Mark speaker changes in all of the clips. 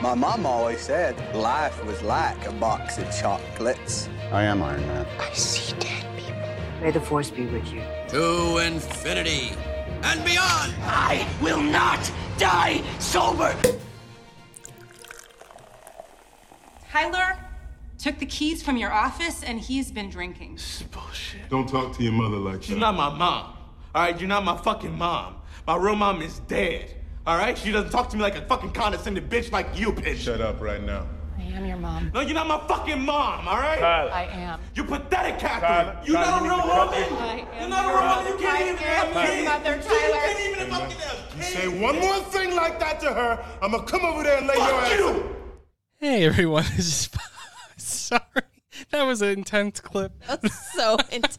Speaker 1: My mom always said life was like a box of chocolates.
Speaker 2: I am Iron Man.
Speaker 3: I see dead people. May the force be with you.
Speaker 4: To infinity and beyond!
Speaker 5: I will not die sober!
Speaker 6: Tyler took the keys from your office and he's been drinking.
Speaker 7: This is bullshit.
Speaker 8: Don't talk to your mother like
Speaker 7: She's
Speaker 8: that.
Speaker 7: not my mom. All right, you're not my fucking mom. My real mom is dead. All right, she doesn't talk to me like a fucking condescending bitch like you, bitch.
Speaker 8: Shut up right now.
Speaker 9: I am your mom.
Speaker 7: No, you're not my fucking mom. All right.
Speaker 9: I am.
Speaker 7: You pathetic, Catherine.
Speaker 8: Tyler,
Speaker 7: You're
Speaker 8: Tyler,
Speaker 7: not a
Speaker 8: you
Speaker 7: real
Speaker 8: need to cut this.
Speaker 7: woman. You're not a real woman. You can't even have
Speaker 9: I am
Speaker 7: kids.
Speaker 9: your mother,
Speaker 7: You can't
Speaker 9: Tyler.
Speaker 7: even fucking have
Speaker 8: You
Speaker 7: kids.
Speaker 8: say one more thing like that to her, I'm gonna come over there and lay your
Speaker 7: Fuck
Speaker 8: ass
Speaker 7: you.
Speaker 10: Hey everyone, this is sorry. That was an intense clip.
Speaker 11: That's so intense.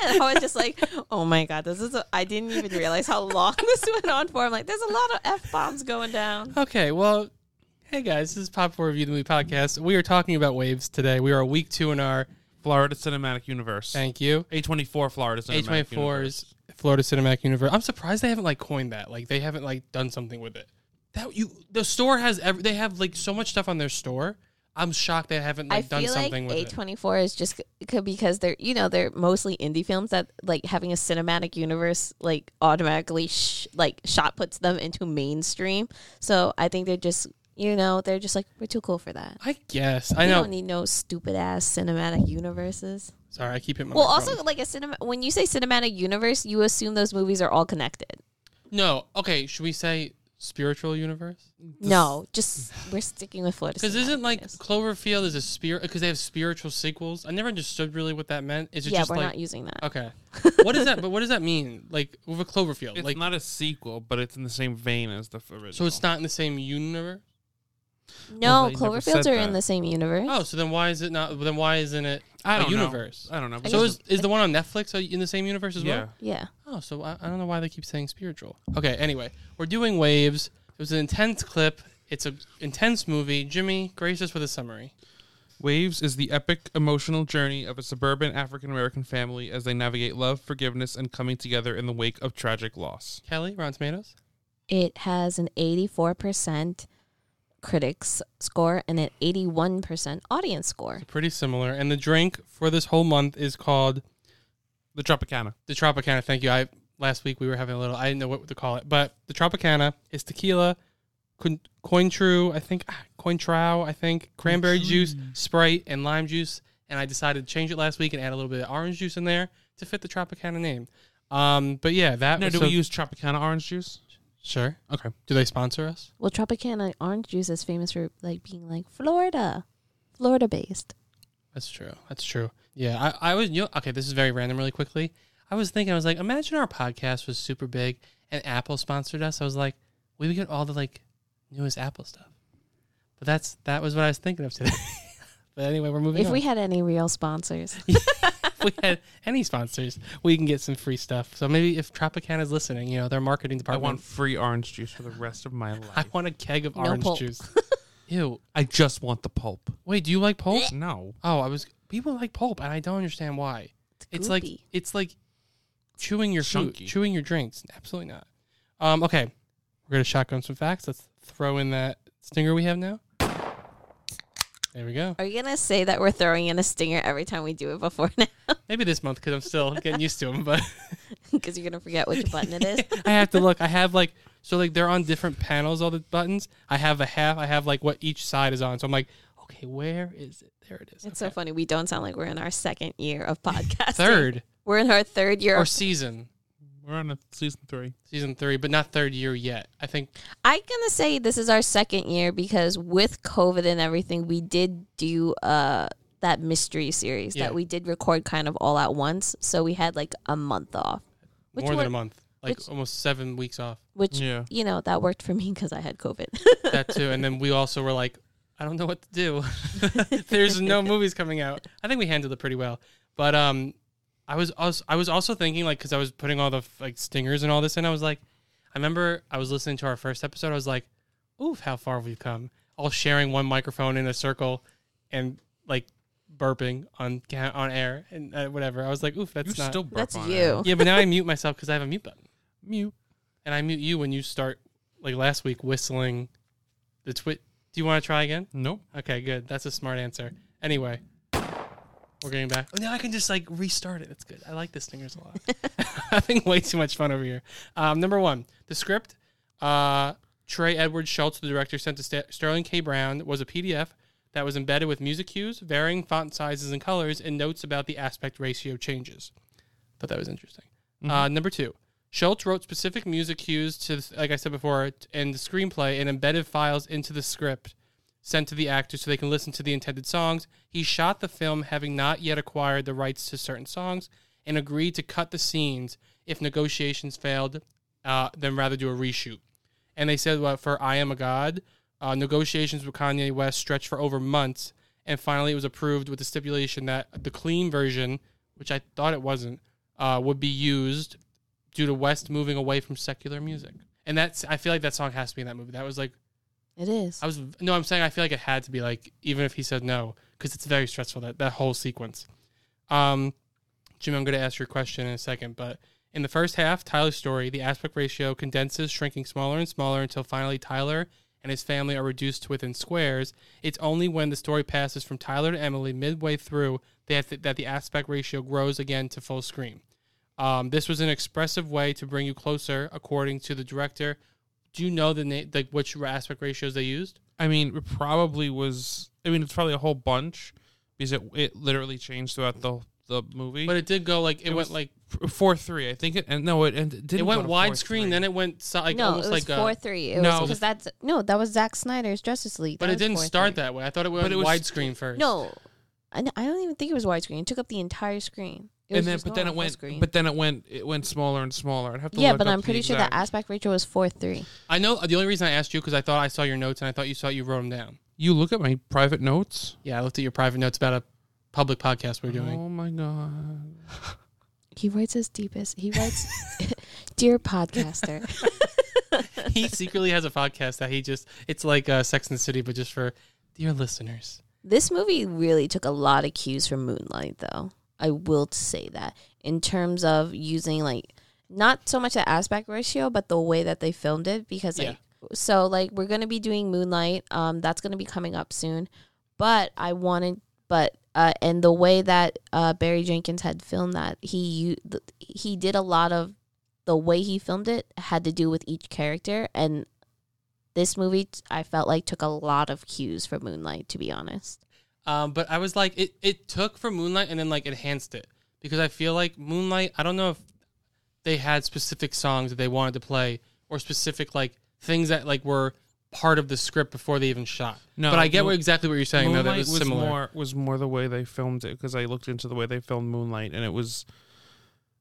Speaker 11: And I was just like, oh my God, this is, I I didn't even realize how long this went on for. I'm like, there's a lot of F bombs going down.
Speaker 10: Okay, well, hey guys, this is Pop Four Review the Movie Podcast. We are talking about waves today. We are week two in our
Speaker 12: Florida Cinematic Universe.
Speaker 10: thank you.
Speaker 12: A24 Florida Cinematic
Speaker 10: H twenty
Speaker 12: Universe.
Speaker 10: four's Florida Cinematic Universe. I'm surprised they haven't like coined that. Like they haven't like done something with it. That you the store has every they have like so much stuff on their store. I'm shocked they haven't
Speaker 11: I
Speaker 10: like done
Speaker 11: feel like
Speaker 10: something with it.
Speaker 11: A24 is just c- because they're, you know, they're mostly indie films that like having a cinematic universe like automatically sh- like shot puts them into mainstream. So I think they're just, you know, they're just like, we're too cool for that.
Speaker 10: I guess I
Speaker 11: we
Speaker 10: know.
Speaker 11: don't need no stupid ass cinematic universes.
Speaker 10: Sorry, I keep hitting my
Speaker 11: Well,
Speaker 10: microphone.
Speaker 11: also like a cinema. When you say cinematic universe, you assume those movies are all connected.
Speaker 10: no. Okay, should we say spiritual universe?
Speaker 11: no, just we're sticking with Florida.
Speaker 10: Because
Speaker 11: cinematic
Speaker 10: isn't like
Speaker 11: universe.
Speaker 10: Cloverfield is a spirit? Because they have spiritual sequels. I never understood really what that meant. Is it
Speaker 11: yeah,
Speaker 10: just
Speaker 11: we're
Speaker 10: like
Speaker 11: not using that.
Speaker 10: okay? what is that? But what does that mean? Like with a Cloverfield,
Speaker 12: It's
Speaker 10: like
Speaker 12: not a sequel, but it's in the same vein as the f- original.
Speaker 10: so it's not in the same universe.
Speaker 11: No,
Speaker 12: Well, they never
Speaker 11: Cloverfields
Speaker 12: said
Speaker 11: are in
Speaker 12: that.
Speaker 11: the same universe.
Speaker 10: Oh, so then why is it not? Then why isn't it
Speaker 12: I
Speaker 10: a
Speaker 12: don't know.
Speaker 10: universe?
Speaker 12: I don't know.
Speaker 10: So is is the one on Netflix uh, in the same universe as
Speaker 12: yeah.
Speaker 10: well?
Speaker 11: yeah.
Speaker 10: Oh, so I, I don't know why they keep saying spiritual. Okay, anyway, we're doing waves. It was an intense clip. It's an intense movie. Jimmy, grace us with a summary.
Speaker 12: Waves is the epic emotional journey of a suburban African American family as they navigate love, forgiveness, and coming together in the wake of tragic loss.
Speaker 10: Kelly, Rotten Tomatoes.
Speaker 11: It has an 84% critics score and an 81% audience score.
Speaker 10: Pretty similar. And the drink for this whole month is called
Speaker 12: The Tropicana.
Speaker 10: the Tropicana. Thank you. I last week we were having a little. I didn't know what to call it, but the Tropicana is tequila, coin, cointreau, I think, ah, cointreau, I think, cranberry juice, Sprite, and lime juice. And I decided to change it last week and add a little bit of orange juice in there to fit the Tropicana name. Um, but yeah, that.
Speaker 12: Now,
Speaker 10: was
Speaker 12: do
Speaker 10: so-
Speaker 12: we use Tropicana orange juice?
Speaker 10: Sure.
Speaker 12: Okay.
Speaker 10: Do they sponsor us?
Speaker 11: Well, Tropicana orange juice is famous for like being like Florida, Florida based.
Speaker 10: That's true. That's true. Yeah, I, I was. You know, okay, this is very random. Really quickly, I was thinking. I was like, imagine our podcast was super big and Apple sponsored us. I was like, we would get all the like newest Apple stuff. But that's that was what I was thinking of today. but anyway, we're moving.
Speaker 11: If
Speaker 10: on.
Speaker 11: we had any real sponsors,
Speaker 10: if we had any sponsors, we can get some free stuff. So maybe if Tropicana is listening, you know, their marketing
Speaker 12: I
Speaker 10: department.
Speaker 12: want free orange juice for the rest of my life.
Speaker 10: I want a keg of
Speaker 11: No
Speaker 10: orange
Speaker 11: pulp.
Speaker 10: juice. Ew.
Speaker 12: I just want the pulp.
Speaker 10: Wait, do you like pulp?
Speaker 12: Eh. No.
Speaker 10: Oh, I was. People like pulp, and I don't understand why. It's like
Speaker 11: goopy.
Speaker 10: it's like chewing your food,
Speaker 12: Chunky.
Speaker 10: chewing your drinks. Absolutely not. Um, okay, we're gonna shotgun some facts. Let's throw in that stinger we have now. There we go.
Speaker 11: are you gonna say that we're throwing in a stinger every time we do it before now?
Speaker 10: Maybe this month because I'm still getting used to them, but
Speaker 11: Because you're gonna forget which button it is.
Speaker 10: I have to look. I have like so like they're on different panels. All the buttons. I have a half. I have like what each side is on. So I'm like, okay, where is it? There it is.
Speaker 11: It's so
Speaker 10: Okay.
Speaker 11: funny. We don't sound like we're in our second year of podcasting.
Speaker 10: Third
Speaker 11: We're in our third year.
Speaker 10: or
Speaker 11: Of,
Speaker 10: season
Speaker 12: We're on a season three.
Speaker 10: season three, but not third year yet. I think
Speaker 11: I'm gonna say this is our second year because with COVID and everything, we did do uh that mystery series
Speaker 10: Yeah.
Speaker 11: that we did record kind of all at once. So we had like a month off, which
Speaker 10: more
Speaker 11: wor-
Speaker 10: than a month, like
Speaker 11: which-
Speaker 10: almost seven weeks off.
Speaker 11: Which
Speaker 12: Yeah.
Speaker 11: you know that worked for me because I had COVID.
Speaker 10: that too. And then we also were like, I don't know what to do. There's no movies coming out. I think we handled it pretty well. But um, I was also I was also thinking like because I was putting all the like stingers and all this in. I was like, I remember I was listening to our first episode. I was like, oof, how far we've come. All sharing one microphone in a circle, and like burping on ca- on air and uh, whatever. I was like, oof, that's
Speaker 12: you
Speaker 10: not.
Speaker 12: still burp
Speaker 11: That's
Speaker 12: on
Speaker 11: you.
Speaker 12: it.
Speaker 10: yeah, but now I mute myself because I have a mute button
Speaker 12: Mute.
Speaker 10: and I mute you when you start like last week whistling the twit Do you want to try again?
Speaker 12: Nope.
Speaker 10: Okay, good. That's a smart answer. Anyway, we're getting back. Oh, now I can just like restart it. That's good. I like the stingers a lot. Having way too much fun over here. Um, number one, the script. Uh, Trey Edward Schultz, the director, sent to Sta- Sterling K. Brown was a PDF that was embedded with music cues, varying font sizes and colors, and notes about the aspect ratio changes. Thought that was interesting. Uh, number two, Schultz wrote specific music cues to, like I said before, t- in the screenplay and embedded files into the script sent to the actors so they can listen to the intended songs. He shot the film having not yet acquired the rights to certain songs and agreed to cut the scenes if negotiations failed, uh, then rather do a reshoot. And they said well, for I Am a God, uh, negotiations with Kanye West stretched for over months, and finally it was approved with the stipulation that the clean version, which I thought it wasn't, uh, would be used due to West moving away from secular music. And that's I feel like that song has to be in that movie. That was like
Speaker 11: It is.
Speaker 10: I was no, I'm saying I feel like it had to be like even if he said no because it's very stressful that that whole sequence. Um, Jimmy, I'm going to ask your question in a second, but in the first half, Tyler's story, the aspect ratio condenses, shrinking smaller and smaller until finally Tyler and his family are reduced to within squares. It's only when the story passes from Tyler to Emily midway through that that the aspect ratio grows again to full screen. Um, this was an expressive way to bring you closer, according to the director. Do you know the na- like which aspect ratios they used?
Speaker 12: I mean, it probably was. I mean, it's probably a whole bunch because it it literally changed throughout the the movie.
Speaker 10: But it did go like it,
Speaker 12: It
Speaker 10: went
Speaker 12: was-
Speaker 10: like
Speaker 12: four three, I think. It, and no, it, and it didn't.
Speaker 10: it went
Speaker 12: go to 4-3.
Speaker 10: widescreen, then it went so, like
Speaker 11: no, it
Speaker 10: almost
Speaker 11: was
Speaker 10: like
Speaker 11: four
Speaker 10: a,
Speaker 11: three. It was
Speaker 10: no.
Speaker 11: because that's no, that was Zack Snyder's Justice League.
Speaker 10: But
Speaker 11: That
Speaker 10: it
Speaker 11: was
Speaker 10: didn't
Speaker 11: 4-3.
Speaker 10: start that way. I thought it went
Speaker 12: it was-
Speaker 10: widescreen first.
Speaker 11: No, I, I don't even think it was widescreen. It took up the entire screen. It was
Speaker 12: And then,
Speaker 11: just
Speaker 12: but then it
Speaker 11: normal full
Speaker 12: went.
Speaker 11: screen.
Speaker 12: But then it went. It went smaller and smaller. I'd have to.
Speaker 11: yeah,
Speaker 12: look
Speaker 11: but
Speaker 12: up
Speaker 11: I'm
Speaker 12: the
Speaker 11: pretty sure
Speaker 12: exact-
Speaker 11: the aspect ratio was four three.
Speaker 10: I know the only reason I asked you because I thought I saw your notes and I thought you saw you wrote them down.
Speaker 12: You look at my private notes.
Speaker 10: Yeah, I looked at your private notes about a public podcast we are doing.
Speaker 12: Oh my god.
Speaker 11: He writes his deepest. He writes, dear podcaster.
Speaker 10: he secretly has a podcast that he just it's like uh, Sex and the City, but just for dear listeners.
Speaker 11: This movie really took a lot of cues from Moonlight, though. I will say that in terms of using like not so much the aspect ratio, but the way that they filmed it, because like so like we're gonna be doing Moonlight. Um, that's gonna be coming up soon, but I wanted, but uh, and the way that uh Barry Jenkins had filmed that, he u- th- he did a lot of the way he filmed it had to do with each character and. This movie, t- I felt like, took a lot of cues from Moonlight, to be honest.
Speaker 10: Um, but I was like, it, it took from Moonlight and then like enhanced it because I feel like Moonlight. I don't know if they had specific songs that they wanted to play or specific like things that like were part of the script before they even shot.
Speaker 12: No,
Speaker 10: but I get
Speaker 12: Moon-
Speaker 10: what, exactly what you're saying though. That
Speaker 12: Moonlight
Speaker 10: was, similar.
Speaker 12: more was more the way they filmed it because I looked into the way they filmed Moonlight and it was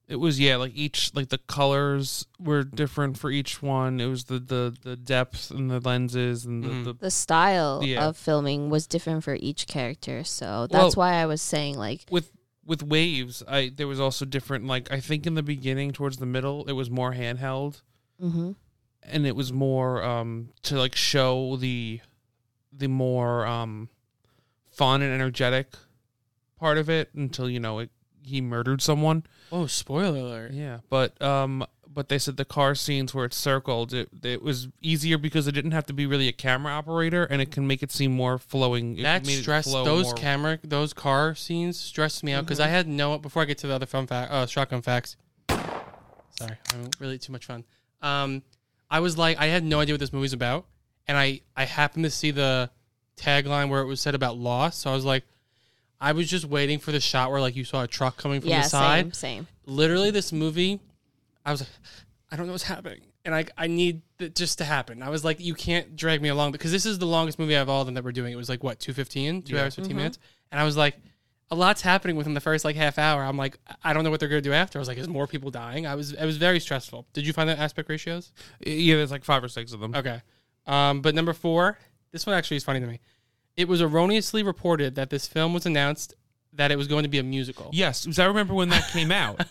Speaker 12: it was yeah like each like the colors were different for each one. It was the the the depth and the lenses and
Speaker 10: Mm-hmm.
Speaker 12: the, the
Speaker 11: the style
Speaker 12: Yeah.
Speaker 11: of filming was different for each character. So that's
Speaker 12: Well-
Speaker 11: why I was saying like
Speaker 12: with with waves. I there was also different like I think in the beginning towards the middle it was more handheld and it was more um to like show the the more um fun and energetic part of it until you know it he murdered someone.
Speaker 10: Oh, spoiler alert!
Speaker 12: Yeah, but um, but they said the car scenes where it's circled, it, it was easier because it didn't have to be really a camera operator, and it can make it seem more flowing. It
Speaker 10: That
Speaker 12: made it
Speaker 10: stressed
Speaker 12: flow
Speaker 10: those
Speaker 12: more. Mm-hmm.
Speaker 10: camera, those car scenes stressed me out because I had no. Before I get to the other fun fact, uh, shotgun facts. Sorry, I'm really too much fun. Um, I was like, I had no idea what this movie's about, and I I happened to see the tagline where it was said about loss, so I was like, I was just waiting for the shot where like you saw a truck coming from
Speaker 11: yeah,
Speaker 10: the side,
Speaker 11: same, same.
Speaker 10: literally this movie i was like i don't know what's happening and i i need it just to happen i was like you can't drag me along because this is the longest movie out of all of them that we're doing it was like what 215 2 hours 15 minutes and i was like a lot's happening within the first like half hour i'm like i don't know what they're going to do after i was like is more people dying i was it was very stressful did you find that aspect ratios
Speaker 12: Yeah, there's like five or six of them.
Speaker 10: Okay. Um, but number four, this one actually is funny to me. It was erroneously reported that this film was announced that it was going to be a musical.
Speaker 12: Yes, because I remember when that came out.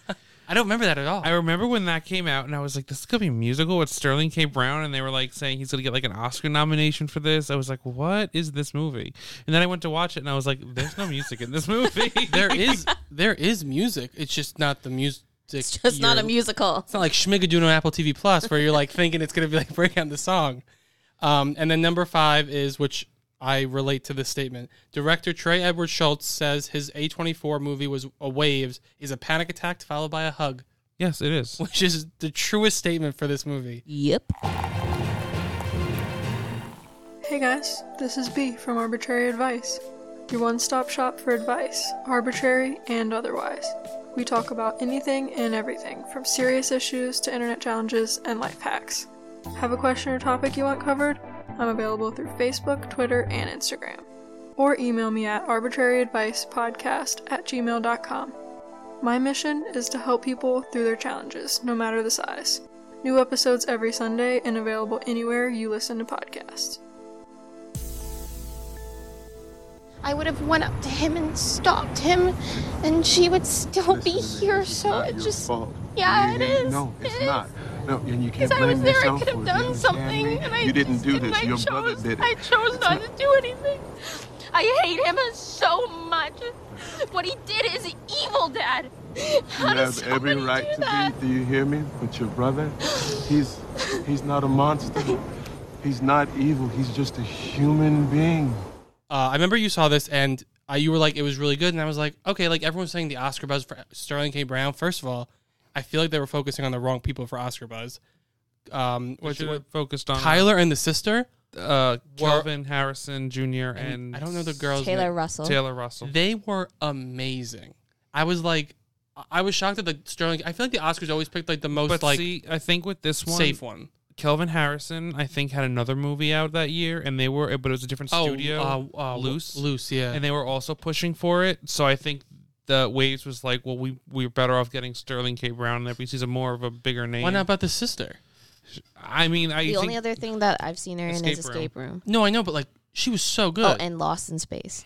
Speaker 10: I don't remember that at all.
Speaker 12: I remember when that came out, and I was like, "This could be a musical with Sterling K. Brown," and they were like saying he's gonna get like an Oscar nomination for this. I was like, "What is this movie?" And then I went to watch it, and I was like, "There's no music in this movie."
Speaker 10: there is there is music. It's just not the music.
Speaker 11: It's just not a
Speaker 10: you're-
Speaker 11: musical.
Speaker 10: It's not like Schmigadoon on Apple TV Plus where you're like thinking it's gonna be like break out the song. Um, and then number five is, which I relate to this statement. Director Trey Edward Schultz says his A24 movie was a waves is a panic attack followed by a hug,
Speaker 12: Yes, it is.
Speaker 10: which is the truest statement for this movie.
Speaker 11: Yep.
Speaker 2: Hey guys, this is B from Arbitrary Advice, your one stop shop for advice, arbitrary and otherwise. We talk about anything and everything, from serious issues to internet challenges and life hacks. Have a question or topic you want covered? I'm available through Facebook, Twitter, and Instagram. Or email me at arbitraryadvicepodcast at gmail.com. My mission is to help people through their challenges, no matter the size. New episodes every Sunday and available anywhere you listen to podcasts.
Speaker 9: I would have went up to him and stopped him, and she would still be here. so it just, yeah, it is.
Speaker 13: No, it's not. No, and you can't
Speaker 9: Because I was
Speaker 13: blame
Speaker 9: there, I
Speaker 13: yourself
Speaker 9: could
Speaker 13: for
Speaker 9: have
Speaker 13: it.
Speaker 9: done
Speaker 13: understand
Speaker 9: something,
Speaker 13: me?
Speaker 9: and I
Speaker 13: you didn't do
Speaker 9: didn't.
Speaker 13: this.
Speaker 9: I
Speaker 13: Your
Speaker 9: chose,
Speaker 13: brother did it.
Speaker 9: I chose not to do anything. I hate him so much. What he did is evil, Dad.
Speaker 13: You
Speaker 9: How does
Speaker 13: have every
Speaker 9: somebody
Speaker 13: right
Speaker 9: do
Speaker 13: to
Speaker 9: that?
Speaker 13: be. Do you hear me? But your brother, he's he's not a monster. He's not evil. He's just a human being.
Speaker 10: Uh, I remember you saw this and uh, you were like, it was really good. And I was like, okay, like everyone's saying the Oscar buzz for Sterling K. Brown. First of all, I feel like they were focusing on the wrong people for Oscar buzz. Um,
Speaker 12: They should have focused on
Speaker 10: Tyler and the sister.
Speaker 12: Uh,
Speaker 10: were-
Speaker 12: Kelvin Harrison Jr. and
Speaker 10: I don't know the girl's
Speaker 11: Taylor
Speaker 10: name.
Speaker 11: Russell.
Speaker 12: Taylor Russell.
Speaker 10: They were amazing. I was like, I was shocked at the Sterling. I feel like the Oscars always picked like the most
Speaker 12: but
Speaker 10: like
Speaker 12: see, I think with this one,
Speaker 10: safe one.
Speaker 12: Kelvin Harrison, I think had another movie out that year, and they were, but it was a different
Speaker 10: Oh,
Speaker 12: studio,
Speaker 10: uh, uh,
Speaker 12: loose,
Speaker 10: Loose, yeah.
Speaker 12: and they were also pushing for it. So I think the Waves was like, well, we we are better off getting Sterling K. Brown and if we see some more of a bigger name.
Speaker 10: Why not about the sister?
Speaker 12: I mean, I
Speaker 11: the
Speaker 12: think,
Speaker 11: only other thing that I've seen her in
Speaker 12: Escape
Speaker 11: is
Speaker 12: Room.
Speaker 11: Escape Room.
Speaker 10: No, I know, but like she was so good.
Speaker 11: Oh, and Lost in Space.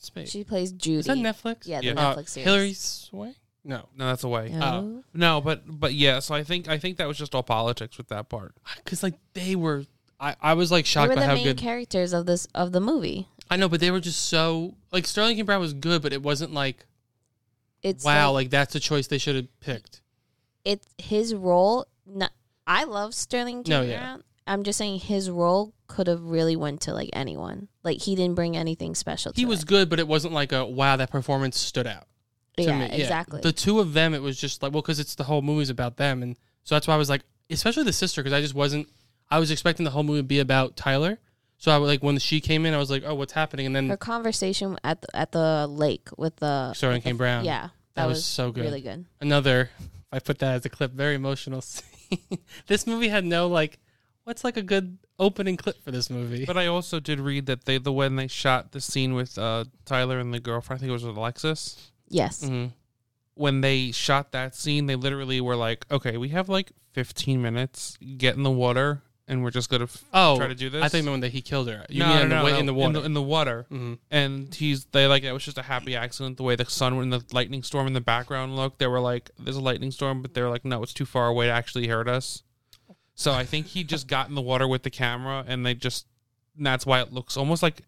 Speaker 10: Space.
Speaker 11: She plays Judy.
Speaker 10: Is that Netflix?
Speaker 11: Yeah, the
Speaker 12: Yeah.
Speaker 10: Uh,
Speaker 11: Netflix series.
Speaker 10: Hillary Swank. No,
Speaker 12: no, that's away.
Speaker 11: No.
Speaker 10: Oh.
Speaker 12: No, but but yeah. So I think I think that was just all politics with that part.
Speaker 10: because like they were. I, I was like
Speaker 11: They
Speaker 10: shocked
Speaker 11: were
Speaker 10: by
Speaker 11: the
Speaker 10: how
Speaker 11: main
Speaker 10: good.
Speaker 11: characters of this of the movie.
Speaker 10: I know, but they were just so like Sterling K. Brown was good, but it wasn't like
Speaker 11: It's
Speaker 10: wow,
Speaker 11: like-
Speaker 10: like, that's a choice they should have picked.
Speaker 11: it's his role. Not, I love Sterling K.
Speaker 10: No, yeah.
Speaker 11: Brown. I'm just saying his role could have really went to like anyone. Like he didn't bring anything special.
Speaker 10: He
Speaker 11: to
Speaker 10: was
Speaker 11: it.
Speaker 10: good, but it wasn't like a wow that performance stood out. to
Speaker 11: Yeah,
Speaker 10: me.
Speaker 11: exactly.
Speaker 10: The two of them, it was just like well, because it's the whole movie's about them, and so that's why I was like, especially the sister, because I just wasn't. I was expecting the whole movie to be about Tyler, so I was like when she came in, I was like, oh, what's happening? And then
Speaker 11: her conversation at the, at the lake with the
Speaker 10: Sterling
Speaker 11: with the-
Speaker 10: K. Brown.
Speaker 11: Yeah, that,
Speaker 10: That was so good.
Speaker 11: Really good.
Speaker 10: another if i put that as a clip very emotional scene this movie had no like what's like a good opening clip for this movie
Speaker 12: But I also did read that they the when they shot the scene with uh, Tyler and the girlfriend, I think it was with Alexis.
Speaker 11: Yes.
Speaker 10: Mhm.
Speaker 12: when they shot that scene, they literally were like, "Okay, we have like 15 minutes. Get in the water, and we're just gonna f-
Speaker 10: oh
Speaker 12: try to do this."
Speaker 10: i think the one that he killed her you
Speaker 12: no,
Speaker 10: mean
Speaker 12: no,
Speaker 10: in, the,
Speaker 12: no,
Speaker 10: wa-
Speaker 12: no,
Speaker 10: in the water
Speaker 12: in the, water.
Speaker 10: Mhm.
Speaker 12: And he's they like it was just a happy accident. The way the sun and the lightning storm in the background looked, they were like, "There's a lightning storm," but they were like, "No, it's too far away to actually hurt us." So I think he just got in the water with the camera, and they just and that's why it looks almost like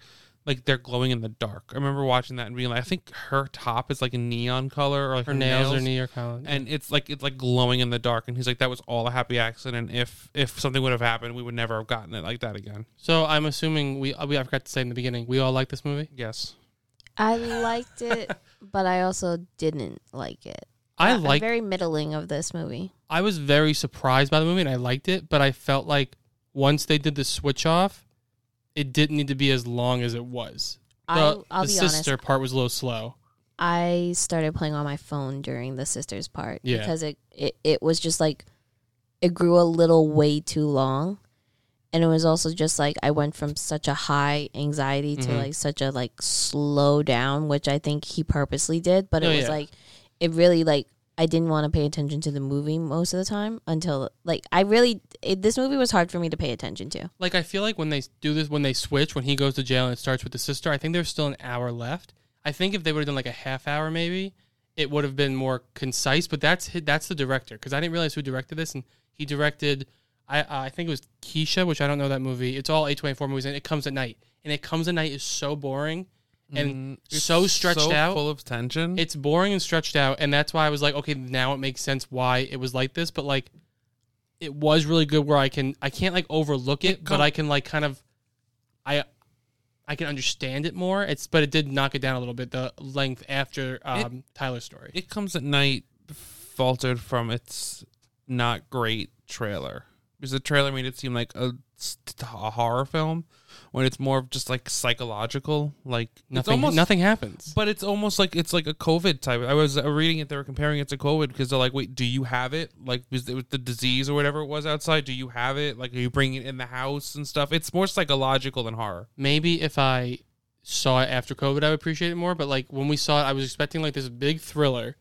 Speaker 12: like they're glowing in the dark. I remember watching that and being like, I think her top is like a neon color or like
Speaker 10: her nails, are New York Holland.
Speaker 12: and it's like it's like glowing in the dark and he's like that was all a happy accident if if something would have happened we would never have gotten it like that again
Speaker 10: so i'm assuming we, we i forgot to say in the beginning we all like this movie
Speaker 12: yes
Speaker 11: I liked it, but I also didn't like it.
Speaker 10: i
Speaker 11: I'm
Speaker 10: like
Speaker 11: very middling of this movie.
Speaker 10: i was very surprised by the movie and i liked it but i felt like once they did the switch off it didn't need to be as long as it was the,
Speaker 11: I'll- I'll
Speaker 10: the
Speaker 11: be honest.
Speaker 10: sister part was a little slow
Speaker 11: I started playing on my phone during the sisters part
Speaker 10: Yeah.
Speaker 11: because it, it it was just like it grew a little way too long. And it was also just like I went from such a high anxiety to
Speaker 10: Mhm.
Speaker 11: like such a like slow down, which I think he purposely did, but it
Speaker 10: Oh,
Speaker 11: was
Speaker 10: yeah.
Speaker 11: like it really like I didn't want to pay attention to the movie most of the time until like I really it, this movie was hard for me to pay attention to.
Speaker 10: like I feel like when they do this, when they switch, when he goes to jail and it starts with the sister, I think there's still an hour left. I think if they would have done like a half hour, maybe it would have been more concise. But that's hi- that's the director because I didn't realize who directed this, and he directed I I think it was Keisha, which I don't know that movie. It's all A twenty four movies, and it comes at night, and it comes at night is so boring and
Speaker 12: Mm-hmm. It's
Speaker 10: so stretched out.
Speaker 12: full of tension
Speaker 10: It's boring and stretched out, and that's why I was like, okay, now it makes sense why it was like this. But like, it was really good where I can I can't like overlook it, but I can like kind of I I can understand it more. It's but it did knock it down a little bit the length after um, Tyler's story.
Speaker 12: It comes at night, faltered from its not great trailer because the trailer made it seem like a, st- a horror film when it's more of just like psychological. Like it's
Speaker 10: Nothing- nothing happens,
Speaker 12: but it's almost like it's like a COVID type. I was uh, reading it; they were comparing it to COVID because they're like, "Wait, do you have it? Like, was it with the disease or whatever it was outside? Do you have it? Like, are you bringing it in the house and stuff?" It's more psychological than horror.
Speaker 10: Maybe if I saw it after COVID, I would appreciate it more. But like when we saw it, I was expecting like this big thriller,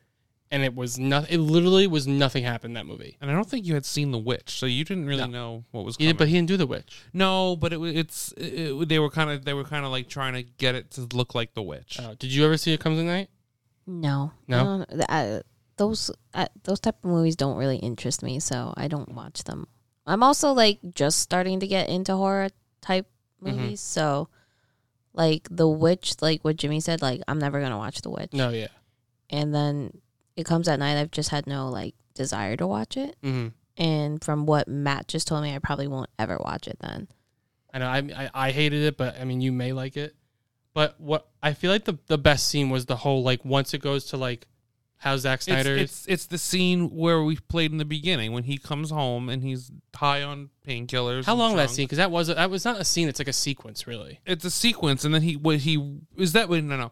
Speaker 10: and it was nothing. It literally was nothing happened in that movie.
Speaker 12: And I don't think you had seen The Witch, so you didn't really know what was.
Speaker 10: He
Speaker 12: Coming.
Speaker 10: did, but he didn't do the witch.
Speaker 12: No, but it wa- it's it, it- they were kind of they were kind of like trying to get it to look like the witch.
Speaker 10: Oh, did you ever see it comes at night?
Speaker 11: No,
Speaker 10: No?
Speaker 11: I don't- th- I- those I, those type of movies don't really interest me, so I don't watch them. I'm also like just starting to get into horror type
Speaker 10: Mhm.
Speaker 11: movies, so like The Witch, like what Jimmy said, like I'm never gonna watch The Witch.
Speaker 10: No, yeah.
Speaker 11: And then it comes at night. I've just had no like desire to watch it,
Speaker 10: Mhm.
Speaker 11: and from what Matt just told me, I probably won't ever watch it then.
Speaker 10: I know I, I I hated it, but I mean you may like it. But what I feel like the the best scene was the whole like once it goes to like how Zack
Speaker 12: It's,
Speaker 10: Snyder's
Speaker 12: it's it's the scene where we played in the beginning when he comes home and he's high on painkillers.
Speaker 10: how
Speaker 12: and
Speaker 10: long was that
Speaker 12: drunk.
Speaker 10: scene? Because that was that was not a scene. It's like a sequence, really.
Speaker 12: It's a sequence, and then he what he is that? Wait, no, no.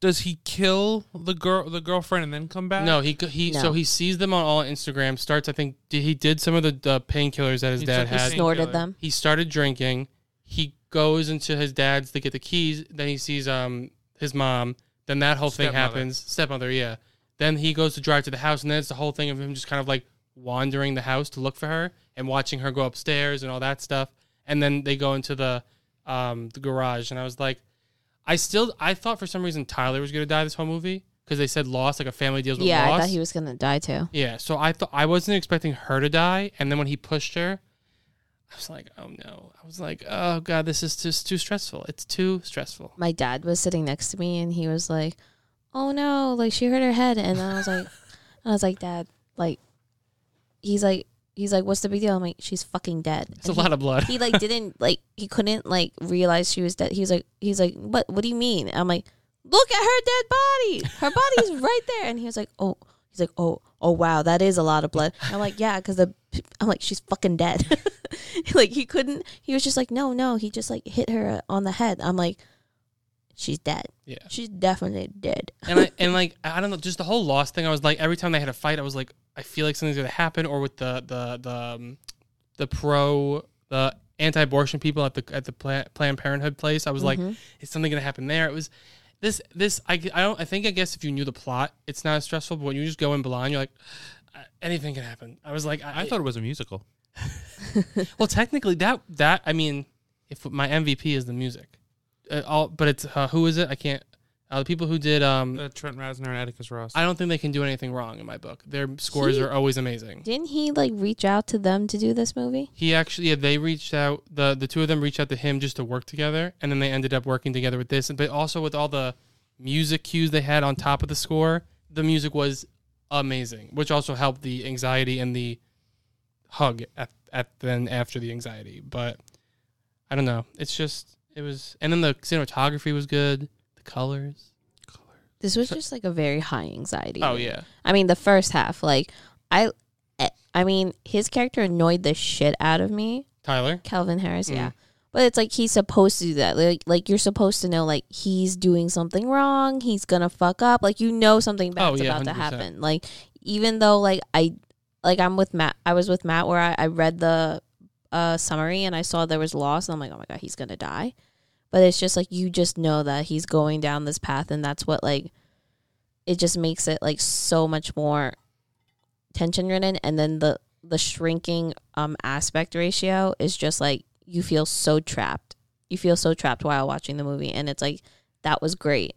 Speaker 12: Does he kill the girl, the girlfriend, and then come back?
Speaker 10: No, he he so he sees them on all Instagram. Starts, I think did, he did some of the, the painkillers that his
Speaker 12: He
Speaker 10: dad
Speaker 12: took the
Speaker 10: had.
Speaker 11: Snorted painkiller. them.
Speaker 10: He started drinking. He goes into his dad's to get the keys. Then he sees um his mom. Then that whole thing
Speaker 12: Stepmother.
Speaker 10: happens. Stepmother, yeah. Then he goes to drive to the house, and then it's the whole thing of him just kind of like wandering the house to look for her and watching her go upstairs and all that stuff. And then they go into the um the garage, and I was like, I still I thought for some reason Tyler was gonna die this whole movie because they said loss like a family deals with
Speaker 11: yeah,
Speaker 10: loss.
Speaker 11: I thought he was gonna die too.
Speaker 10: Yeah, so I thought I wasn't expecting her to die, and then when he pushed her, I was like, oh no. I was like, oh god, this is just too stressful. It's too stressful.
Speaker 11: my dad was sitting next to me and he was like, "Oh no, like she hurt her head." And I was like, I was like, "Dad, like he's like he's like, "What's the big deal?" I'm like, "She's fucking dead."
Speaker 10: It's a lot of blood.
Speaker 11: he like didn't like he couldn't like realize she was dead. He was like he's like, "What what do you mean?" I'm like, "Look at her dead body. Her body's right there." And he was like, "Oh, he's like, "Oh, oh wow, that is a lot of blood." I'm like, "Yeah, cuz the I'm like, "She's fucking dead." like he couldn't he was just like, "No, no, he just like hit her on the head." I'm like, "She's dead."
Speaker 10: Yeah.
Speaker 11: She's definitely dead.
Speaker 10: And I and like I don't know, just the whole loss thing. I was like, every time they had a fight, I was like, I feel like something's gonna happen. Or with the the the um, the pro the anti-abortion people at the at the Pla- Planned Parenthood place, I was like,
Speaker 12: Mhm.
Speaker 10: is something gonna happen there? It was this this I, I don't I think I guess if you knew the plot, it's not as stressful. But when you just go in blind, you're like, "Uh, anything can happen. I was like, I,
Speaker 12: I thought it was a musical.
Speaker 10: well, technically, that that I mean, if my MVP is the music, uh, all but it's uh, who is it? I can't. Uh, the people who did um,
Speaker 12: Uh, Trent Reznor and Atticus Ross.
Speaker 10: I don't think they can do anything wrong in my book. Their scores
Speaker 11: He-
Speaker 10: are always amazing.
Speaker 11: Didn't he like reach out to them to do this movie?
Speaker 10: He actually, yeah, they reached out. the The two of them reached out to him just to work together, and then they ended up working together with this. But also with all the music cues they had on top of the score, the music was amazing, which also helped the anxiety and the hug at, at then after the anxiety. But I don't know. It's just it was, and then the cinematography was good. The colors.
Speaker 11: This was just like a very high anxiety.
Speaker 10: Oh,
Speaker 11: movie.
Speaker 10: yeah.
Speaker 11: I mean, the first half, like I, eh, I mean, his character annoyed the shit out of me.
Speaker 10: Tyler?
Speaker 11: Calvin Harris, yeah.
Speaker 10: Mm.
Speaker 11: But it's like he's supposed to do that. Like, like you're supposed to know, like he's doing something wrong. He's gonna fuck up. Like you know something bad's
Speaker 10: Oh, yeah,
Speaker 11: about to
Speaker 10: 100%.
Speaker 11: happen. Like even though, like I, like I'm with Matt. I was with Matt where I, I read the uh, summary and I saw there was loss, and I'm like, oh my god, he's gonna die. But it's just like you just know that he's going down this path, and that's what like it just makes it like so much more tension ridden and then the the shrinking um aspect ratio is just like you feel so trapped you feel so trapped while watching the movie and it's like that was great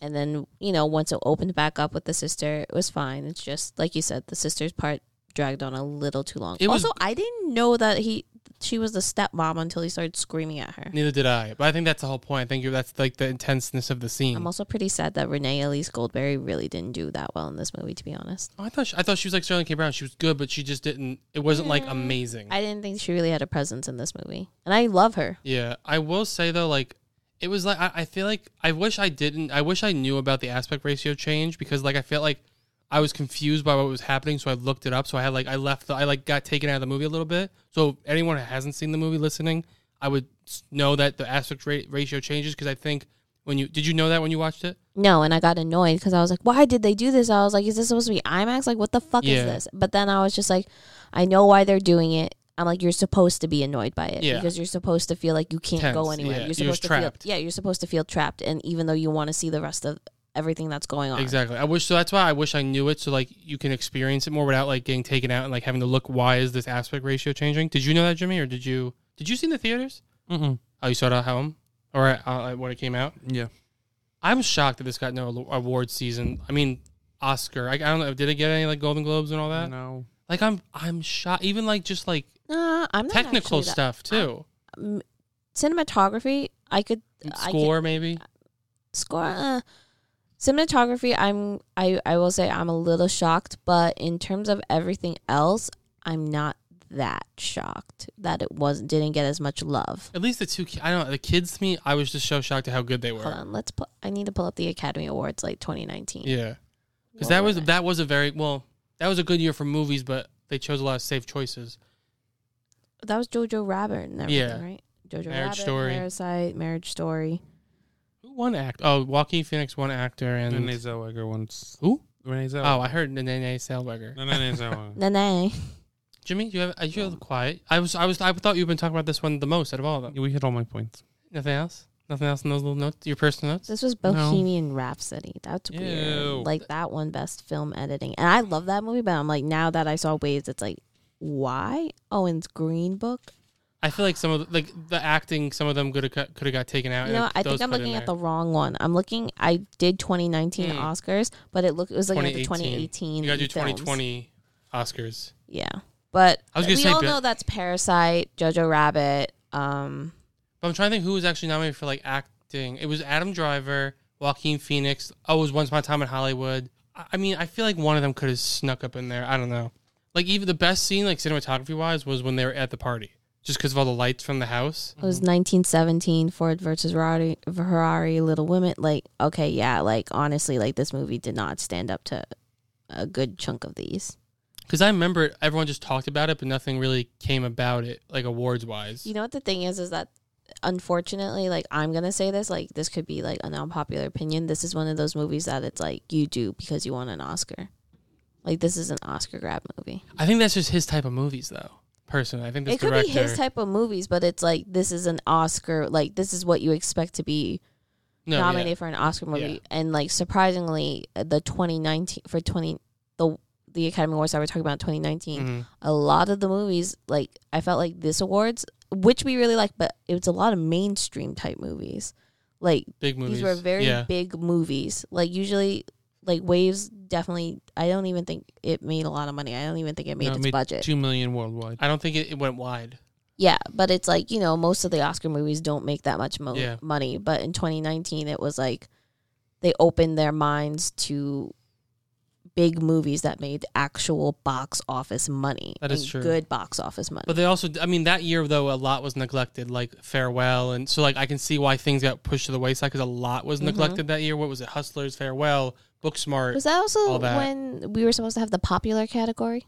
Speaker 11: and then you know once it opened back up with the sister it was fine it's just like you said the sister's part dragged on a little too long
Speaker 10: It was-
Speaker 11: also i didn't know that he she was the stepmom until he started screaming at her.
Speaker 10: Neither did I, but I think that's the whole point. I think you're- that's like the intenseness of the scene.
Speaker 11: I'm also pretty sad that Renee Elise Goldberry really didn't do that well in this movie, to be honest.
Speaker 10: I thought she, I thought she was like Sterling K. Brown. She was good, but she just didn't. It wasn't like amazing.
Speaker 11: Mm. I didn't think she really had a presence in this movie, and I love her.
Speaker 10: Yeah, I will say though, like it was like I, I feel like I wish I didn't. I wish I knew about the aspect ratio change because like I felt like I was confused by what was happening, so I looked it up. So I had like I left. The, I like got taken out of the movie a little bit. So if anyone who hasn't seen the movie listening, I would s- know that the aspect ra- ratio changes because I think when you did you know that when you watched it.
Speaker 11: No, and I got annoyed because I was like, why did they do this? I was like, is this supposed to be IMAX? Like, what the fuck
Speaker 10: Yeah.
Speaker 11: is this? But then I was just like, I know why they're doing it. I'm like, you're supposed to be annoyed by it
Speaker 10: Yeah.
Speaker 11: because you're supposed to feel like you can't go
Speaker 10: Tense,
Speaker 11: anywhere.
Speaker 10: yeah.
Speaker 11: You're
Speaker 10: You're
Speaker 11: supposed to
Speaker 10: trapped.
Speaker 11: feel yeah, you're supposed to feel trapped, and even though you want to see the rest of everything that's going on,
Speaker 10: Exactly. I wish so. That's why I wish I knew it so like you can experience it more without like getting taken out and like having to look. Why is this aspect ratio changing? Did you know that, Jimmy, or did you did you see in the theaters?
Speaker 12: Mm-mm.
Speaker 10: Oh, you saw it at home or at, uh, when it came out?
Speaker 12: Mm-hmm. Yeah.
Speaker 10: I'm shocked that this got no al- award season. I mean, Oscar. I, I don't know. Did it get any like Golden Globes and all that?
Speaker 12: No.
Speaker 10: Like I'm I'm shocked. Even like just like
Speaker 11: Nah, I'm not
Speaker 10: technical
Speaker 11: actually that-
Speaker 10: stuff too.
Speaker 11: M- cinematography, I could I could-
Speaker 10: Score maybe.
Speaker 11: score uh, cinematography i'm I, I will say i'm a little shocked but in terms of everything else i'm not that shocked that it wasn't didn't get as much love
Speaker 10: At least the two. ki- I don't know. The kids to me, I was just so shocked at how good they were.
Speaker 11: hold on let's put i need to pull up the academy awards like 2019
Speaker 10: Yeah,
Speaker 11: What
Speaker 10: because that was that was a very well that was a good year for movies, but they chose a lot of safe choices.
Speaker 11: that was jojo rabbit and everything
Speaker 10: Yeah.
Speaker 11: right jojo
Speaker 10: Marriage
Speaker 11: rabbit
Speaker 10: Story.
Speaker 11: parasite marriage story
Speaker 10: Who won act? Oh, Joaquin Phoenix won actor and
Speaker 12: Renee Zellweger once.
Speaker 10: Who?
Speaker 12: Renee Zellweger.
Speaker 10: Oh, I heard Nene Zellweger.
Speaker 12: Renee Zellweger.
Speaker 10: Mm-hmm.
Speaker 11: Nene.
Speaker 10: Jimmy, do you have? Are you quiet? I was. I was. I thought you've been talking about this one the most out of all of them.
Speaker 12: We hit all my points.
Speaker 10: Nothing else. Nothing else in those little notes. Your personal notes.
Speaker 11: this was
Speaker 10: No.
Speaker 11: bohemian rhapsody that's
Speaker 10: Ew.
Speaker 11: weird like that one best film editing and i love that movie but i'm like now that i saw waves it's like why owen's green book
Speaker 10: I feel like some of the, like the acting. Some of them could have could have got taken out.
Speaker 11: You
Speaker 10: and
Speaker 11: know, I think
Speaker 10: those
Speaker 11: I'm
Speaker 10: put in
Speaker 11: looking at
Speaker 10: there.
Speaker 11: the wrong one. I'm looking. I did 2019
Speaker 10: Mm.
Speaker 11: Oscars, but it looked it was looking at the 2018.
Speaker 10: You gotta do
Speaker 11: films.
Speaker 10: 2020 Oscars.
Speaker 11: Yeah, but
Speaker 10: I was
Speaker 11: we
Speaker 10: gonna say
Speaker 11: all
Speaker 10: Bi-
Speaker 11: know that's Parasite, Jojo Rabbit. Um,
Speaker 10: But I'm trying to think who was actually nominated for like acting. It was Adam Driver, Joaquin Phoenix. Oh, it was Once Upon a Time in Hollywood. I I mean, I feel like one of them could have snuck up in there. I don't know. Like even the best scene, like cinematography wise, was when they were at the party, just because of all the lights from the house.
Speaker 11: it was 1917 Ford versus Ferrari, Ferrari, Little Women. Like, okay, yeah, like honestly, like this movie did not stand up to a good chunk of these.
Speaker 10: Because I remember it, everyone just talked about it, but nothing really came about it, like awards wise.
Speaker 11: You know what the thing is is that unfortunately, like I'm gonna say this, like this could be like an unpopular opinion. This is one of those movies that it's like you do because you want an Oscar. Like this is an Oscar grab movie.
Speaker 10: I think that's just his type of movies, though. Personally, I think this
Speaker 11: it could
Speaker 10: director.
Speaker 11: be his type of movies, but it's like this is an Oscar like this is what you expect to be
Speaker 10: No, yeah.
Speaker 11: nominated for an Oscar movie.
Speaker 10: Yeah.
Speaker 11: And like surprisingly uh, the twenty nineteen for twenty the the Academy Awards that we're talking about 2019,
Speaker 10: Mhm.
Speaker 11: a lot of the movies, like I felt like this awards, which we really like, but it was a lot of mainstream type movies. Like
Speaker 10: Big
Speaker 11: These were
Speaker 10: movies,
Speaker 11: very
Speaker 10: yeah.
Speaker 11: big movies. Like usually, like Waves definitely. I don't even think it made a lot of money. I don't even think it made
Speaker 12: No,
Speaker 11: its budget.
Speaker 12: Two million worldwide.
Speaker 10: I don't think it, it went wide.
Speaker 11: yeah, but it's like you know most of the Oscar movies don't make that much mo-
Speaker 10: Yeah.
Speaker 11: money. But in 2019, it was like they opened their minds to big movies that made actual box office money.
Speaker 10: That is
Speaker 11: and
Speaker 10: true.
Speaker 11: Good box office money.
Speaker 10: But they also, I mean, that year though, a lot was neglected, like Farewell, and so like I can see why things got pushed to the wayside because a lot was
Speaker 11: Mhm.
Speaker 10: neglected that year. What was it? Hustlers, Farewell, Booksmart.
Speaker 11: was that also
Speaker 10: all that.
Speaker 11: when we were supposed to have the popular category?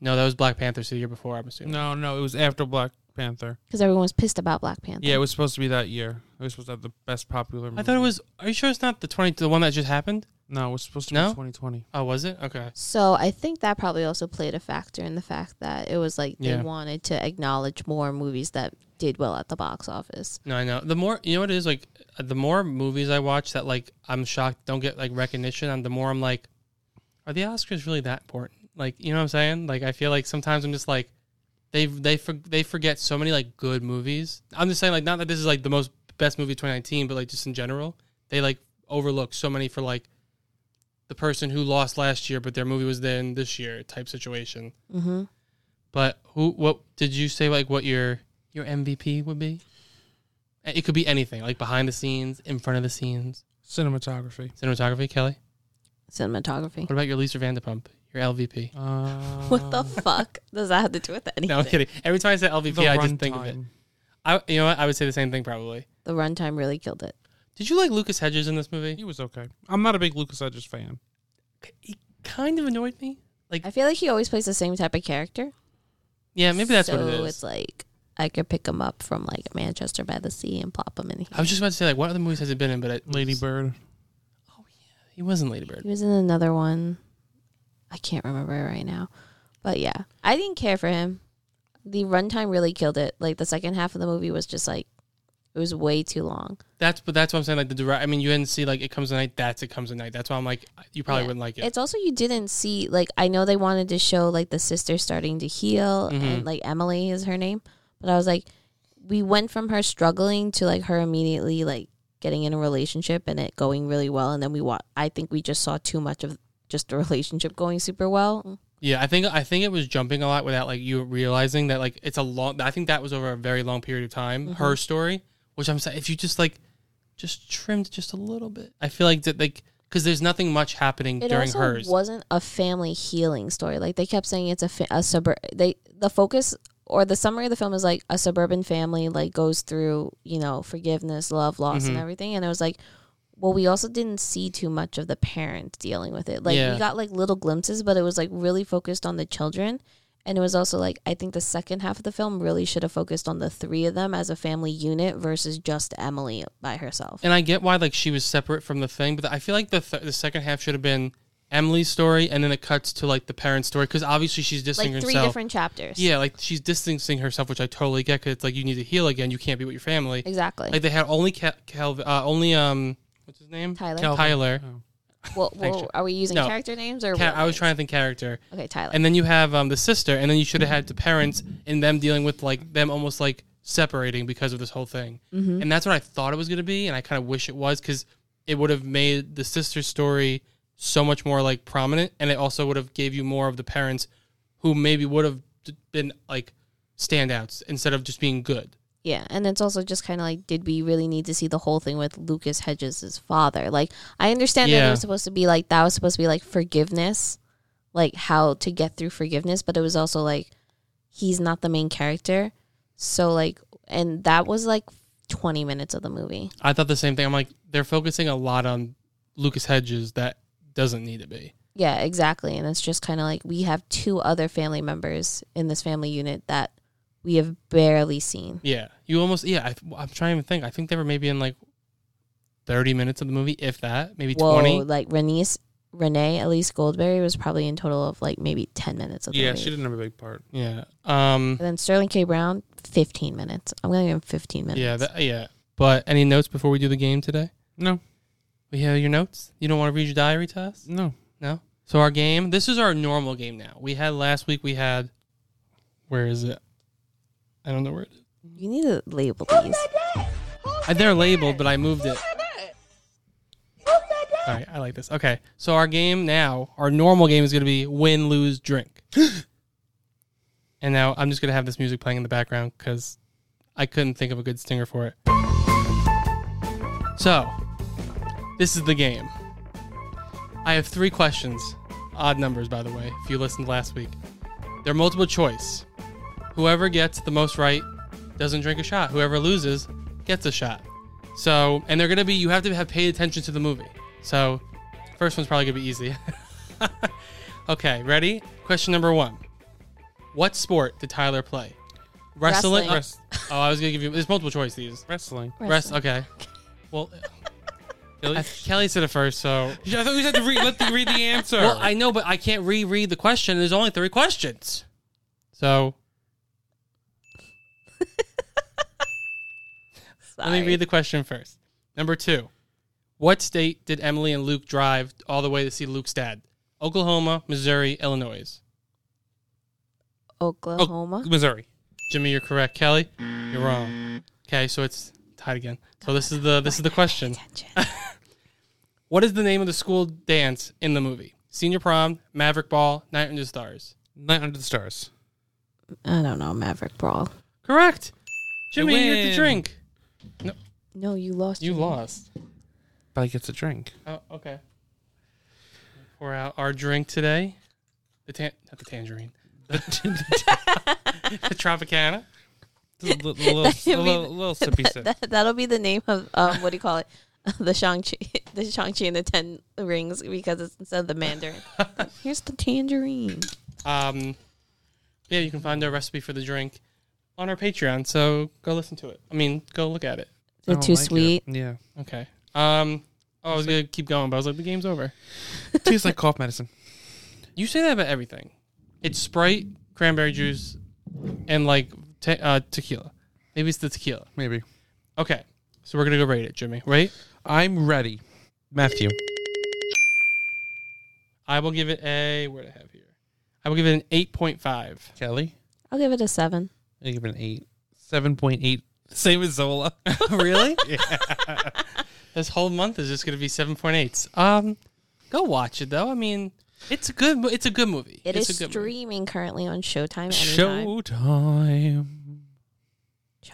Speaker 10: No, that was Black Panther. So the year before, I'm assuming.
Speaker 12: No, no, it was after Black Panther.
Speaker 11: Because everyone was pissed about Black Panther.
Speaker 12: Yeah, it was supposed to be that year. It was supposed to have the best popular.
Speaker 10: I
Speaker 12: Movie.
Speaker 10: thought it was. Are you sure it's not the twenty, the one that just happened?
Speaker 12: No, it was supposed to be
Speaker 10: No?
Speaker 12: 2020.
Speaker 10: Oh, was it? Okay.
Speaker 11: So I think that probably also played a factor in the fact that it was like they
Speaker 10: Yeah.
Speaker 11: wanted to acknowledge more movies that did well at the box office.
Speaker 10: No, I know. The more you know, what it is like. uh, The more movies I watch that like I'm shocked don't get like recognition, and the more I'm like, are the Oscars really that important? Like, you know what I'm saying? Like, I feel like sometimes I'm just like, they they for, they forget so many like good movies. I'm just saying like not that this is like the most best movie of 2019, but like just in general, they like overlook so many for like the person who lost last year, but their movie was then this year type situation.
Speaker 11: Mm-hmm.
Speaker 10: But who? What did you say? Like what your your MVP would be? It could be anything, like behind the scenes, in front of the scenes,
Speaker 12: cinematography,
Speaker 10: cinematography. Kelly,
Speaker 11: cinematography.
Speaker 10: What about your Lisa Vanderpump? Your LVP.
Speaker 12: Uh,
Speaker 11: What the fuck does that have to do with anything?
Speaker 10: No, I'm kidding. Every time I say LVP,
Speaker 11: The
Speaker 10: I just think of it. I, you know what? I would say the same thing probably.
Speaker 11: The runtime really killed it.
Speaker 10: Did you like Lucas Hedges in this movie? He
Speaker 12: was okay. I'm not a big Lucas Hedges fan.
Speaker 10: Kind of annoyed me. Like
Speaker 11: I feel like he always plays the same type of character.
Speaker 10: Yeah, maybe that's what it
Speaker 11: So
Speaker 10: is.
Speaker 11: it's like I could pick him up from like Manchester by the Sea and plop him in here.
Speaker 10: I was just about to say like, what other movies has it been in? But it, Lady
Speaker 12: Bird.
Speaker 10: Oh yeah, he wasn't Lady Bird.
Speaker 11: He was in another one. I can't remember it right now. But yeah, I didn't care for him. The runtime really killed it. Like the second half of the movie was just like it was way too long.
Speaker 10: That's but that's what I'm saying. Like the direct. I mean, you didn't see like it comes at night. That's it comes at night. That's why I'm like, you probably
Speaker 11: Yeah.
Speaker 10: wouldn't like it.
Speaker 11: It's also you didn't see like I know they wanted to show like the sister starting to heal
Speaker 10: Mhm.
Speaker 11: and like Emily is her name, but I was like we went from her struggling to like her immediately like getting in a relationship and it going really well and then we wa- I think we just saw too much of just the relationship going super well.
Speaker 10: Yeah, I think I think it was jumping a lot without like you realizing that like it's a long. I think that was over a very long period of
Speaker 11: Mm-hmm.
Speaker 10: time.
Speaker 12: Mhm.
Speaker 10: Her story, which I'm saying, if you just like just trimmed just a little bit, I feel like that like because there's nothing much happening
Speaker 11: It
Speaker 10: during
Speaker 11: also
Speaker 10: hers.
Speaker 11: wasn't a family healing story. Like they kept saying it's a, fa- a suburb. They the focus or the summary of the film is like a suburban family like goes through you know forgiveness, love, loss, and
Speaker 10: Mm-hmm.
Speaker 14: Mhm.
Speaker 11: everything. And it was like, well, we also didn't see too much of the parents dealing with it. Like
Speaker 14: Yeah.
Speaker 11: we got like little glimpses, but it was like really focused on the children. And it was also like I think the second half of the film really should have focused on the three of them as a family unit versus just Emily by herself.
Speaker 10: and I get why like she was separate from the thing, but I feel like the th- the second half should have been Emily's story, and then it cuts to like the parents' story because obviously she's distancing
Speaker 11: Like, three
Speaker 10: herself.
Speaker 11: different chapters.
Speaker 10: Yeah, like she's distancing herself, which I totally get because it's like you need to heal again. You can't be with your family.
Speaker 11: Exactly.
Speaker 10: Like they had only Cal- Cal- uh, only um what's his name
Speaker 11: Tyler.
Speaker 10: Tyler.
Speaker 11: Calvin. Well,
Speaker 10: Thanks,
Speaker 11: well,
Speaker 10: Jen.
Speaker 11: are we using
Speaker 10: No.
Speaker 11: character names or?
Speaker 10: Ca-
Speaker 11: real
Speaker 10: I was
Speaker 11: names?
Speaker 10: trying to think character.
Speaker 11: Okay, Tyler.
Speaker 10: And then you have um, the sister, and then you should have had the parents and them dealing with like them almost like separating because of this whole thing.
Speaker 12: Mhm.
Speaker 10: And that's what I thought it was going to be, and I kind of wish it was because it would have made the sister's story so much more like prominent, and it also would have gave you more of the parents who maybe would have d- been like standouts instead of just being good.
Speaker 11: Yeah, and it's also just kind of like, did we really need to see the whole thing with Lucas Hedges' father? Like, I understand that
Speaker 10: Yeah.
Speaker 11: it was supposed to be like that was supposed to be like forgiveness, like how to get through forgiveness, but it was also like he's not the main character, so like, and that was like twenty minutes of the movie.
Speaker 10: I thought the same thing. I'm like, they're focusing a lot on Lucas Hedges that doesn't need to be.
Speaker 11: Yeah, exactly, and it's just kind of like we have two other family members in this family unit that we have barely seen.
Speaker 10: Yeah, you almost yeah. I, I'm trying to think. I think they were maybe in like thirty minutes of the movie, if that, maybe
Speaker 11: Whoa,
Speaker 10: twenty.
Speaker 11: like Renee's Renee Elise Goldberry was probably in total of like maybe ten minutes of the
Speaker 12: Yeah,
Speaker 11: movie.
Speaker 12: she didn't have a big part.
Speaker 10: Yeah. Um.
Speaker 11: And then Sterling K. Brown, fifteen minutes. I'm gonna give him fifteen minutes.
Speaker 10: Yeah. That, yeah. But any notes before we do the game today?
Speaker 12: No.
Speaker 10: We have your notes. You don't want to read your diary to us?
Speaker 12: No.
Speaker 10: No. So our game. This is our normal game now. We had last week. We had. Where is it? I don't know where it is.
Speaker 11: You need to label these.
Speaker 10: Uh, They're labeled, but I moved it. All right, I like this. Okay, so our game now, our normal game is going to be win, lose, drink. and now I'm just going to have this music playing in the background because I couldn't think of a good stinger for it. So, this is the game. I have three questions, odd numbers, by the way, if you listened last week. They're multiple choice. Whoever gets the most right doesn't drink a shot. Whoever loses gets a shot. So, and they're going to be, you have to have paid attention to the movie. So, first one's probably going to be easy. okay, ready? Question number one What sport did Tyler play? Wrestling.
Speaker 12: Wrestling. Wrest-
Speaker 10: oh, I was going to give you, there's multiple choice these.
Speaker 12: Wrestling.
Speaker 10: Rest, okay. Well, I- Kelly said it first, so.
Speaker 12: I thought we had to read. Let the, read the answer.
Speaker 10: Well, I know, but I can't reread the question. There's only three questions. So. Let me read the question first. Number two What state did Emily and Luke drive all the way to see Luke's dad? Oklahoma, Missouri, Illinois.
Speaker 11: Oklahoma.
Speaker 10: Oh, Missouri. Jimmy, you're correct. Kelly, you're wrong. Okay, so it's tied again. So this is the this is the question. what is the name of the school dance in the movie? Senior prom, Maverick Ball, Night Under the Stars.
Speaker 12: Night Under the Stars.
Speaker 11: I don't know, Maverick Brawl.
Speaker 10: Correct. Jimmy, you get
Speaker 12: win.
Speaker 10: the drink.
Speaker 11: No, you lost.
Speaker 10: You lost.
Speaker 12: But I get to drink.
Speaker 10: Oh, okay. Pour out our drink today. The tan- not the tangerine. The, the Tropicana.
Speaker 12: Just a little- little-
Speaker 11: That'll be
Speaker 12: little-
Speaker 11: the-
Speaker 12: little sippy
Speaker 11: that-
Speaker 12: sip.
Speaker 11: that- that'll be the name of um, what do you call it? The Shang Chi, the Shang Chi and the Ten Rings, because it's instead of the Mandarin. Here's the tangerine.
Speaker 10: Um, yeah, you can find our recipe for the drink on our Patreon. So go listen to it. I mean, go look at it.
Speaker 11: They're I don't too like it. sweet.
Speaker 12: Yeah.
Speaker 10: Okay. Um. Oh, I was gonna keep going, but I was like, the game's over.
Speaker 12: Tastes like cough medicine.
Speaker 10: You say that about everything. It's Sprite, cranberry juice, and like te- uh, tequila. Maybe it's the tequila.
Speaker 12: Maybe.
Speaker 10: Okay. So we're gonna go rate it, Jimmy. Right?
Speaker 12: I'm ready. Matthew.
Speaker 10: I will give it a. Where do I have here? I will give it an eight point five.
Speaker 12: Kelly.
Speaker 11: I'll give it a seven.
Speaker 12: I give it an eight. Seven point eight. Same as Zola.
Speaker 10: really? This whole month is just gonna be seven point eight. Um, go watch it though. I mean, it's a good. mo- It's a good movie.
Speaker 11: It
Speaker 10: it's
Speaker 11: is
Speaker 10: a good movie.
Speaker 11: streaming currently on Showtime. Anytime.
Speaker 12: Showtime.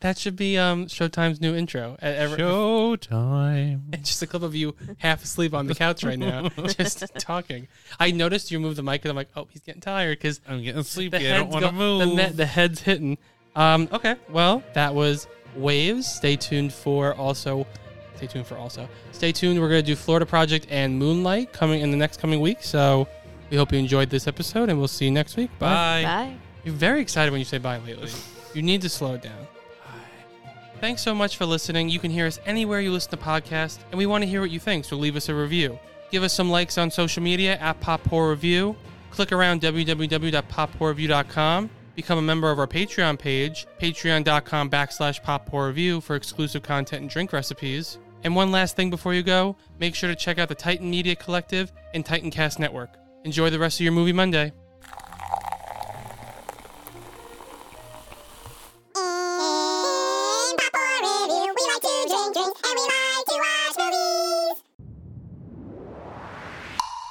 Speaker 10: That should be um Showtime's new intro. At every,
Speaker 12: Showtime.
Speaker 10: It's just a clip of you half asleep on the couch right now, just talking. I noticed you moved the mic, and I'm like, oh, he's getting tired because
Speaker 12: I'm getting sleepy. I don't wanna
Speaker 10: The,
Speaker 12: move.
Speaker 10: ne- the head's hitting. Um, okay, well, that was Waves. Stay tuned for also. Stay tuned for also. Stay tuned. We're going to do Florida Project and Moonlight coming in the next coming week. So we hope you enjoyed this episode, and we'll see you next week.
Speaker 12: Bye.
Speaker 10: Bye.
Speaker 12: Bye.
Speaker 10: You're very excited when you say bye lately. You need to slow it down. Thanks so much for listening. You can hear us anywhere you listen to podcasts, and we want to hear what you think, so leave us a review. Give us some likes on social media at Pop Poor Review. Click around www.poppoorreview.com. Become a member of our Patreon page, patreon.com backslash Pop Poor Review for exclusive content and drink recipes. And one last thing before you go, make sure to check out the Titan Media Collective and Titan Cast Network. Enjoy the rest of your movie Monday.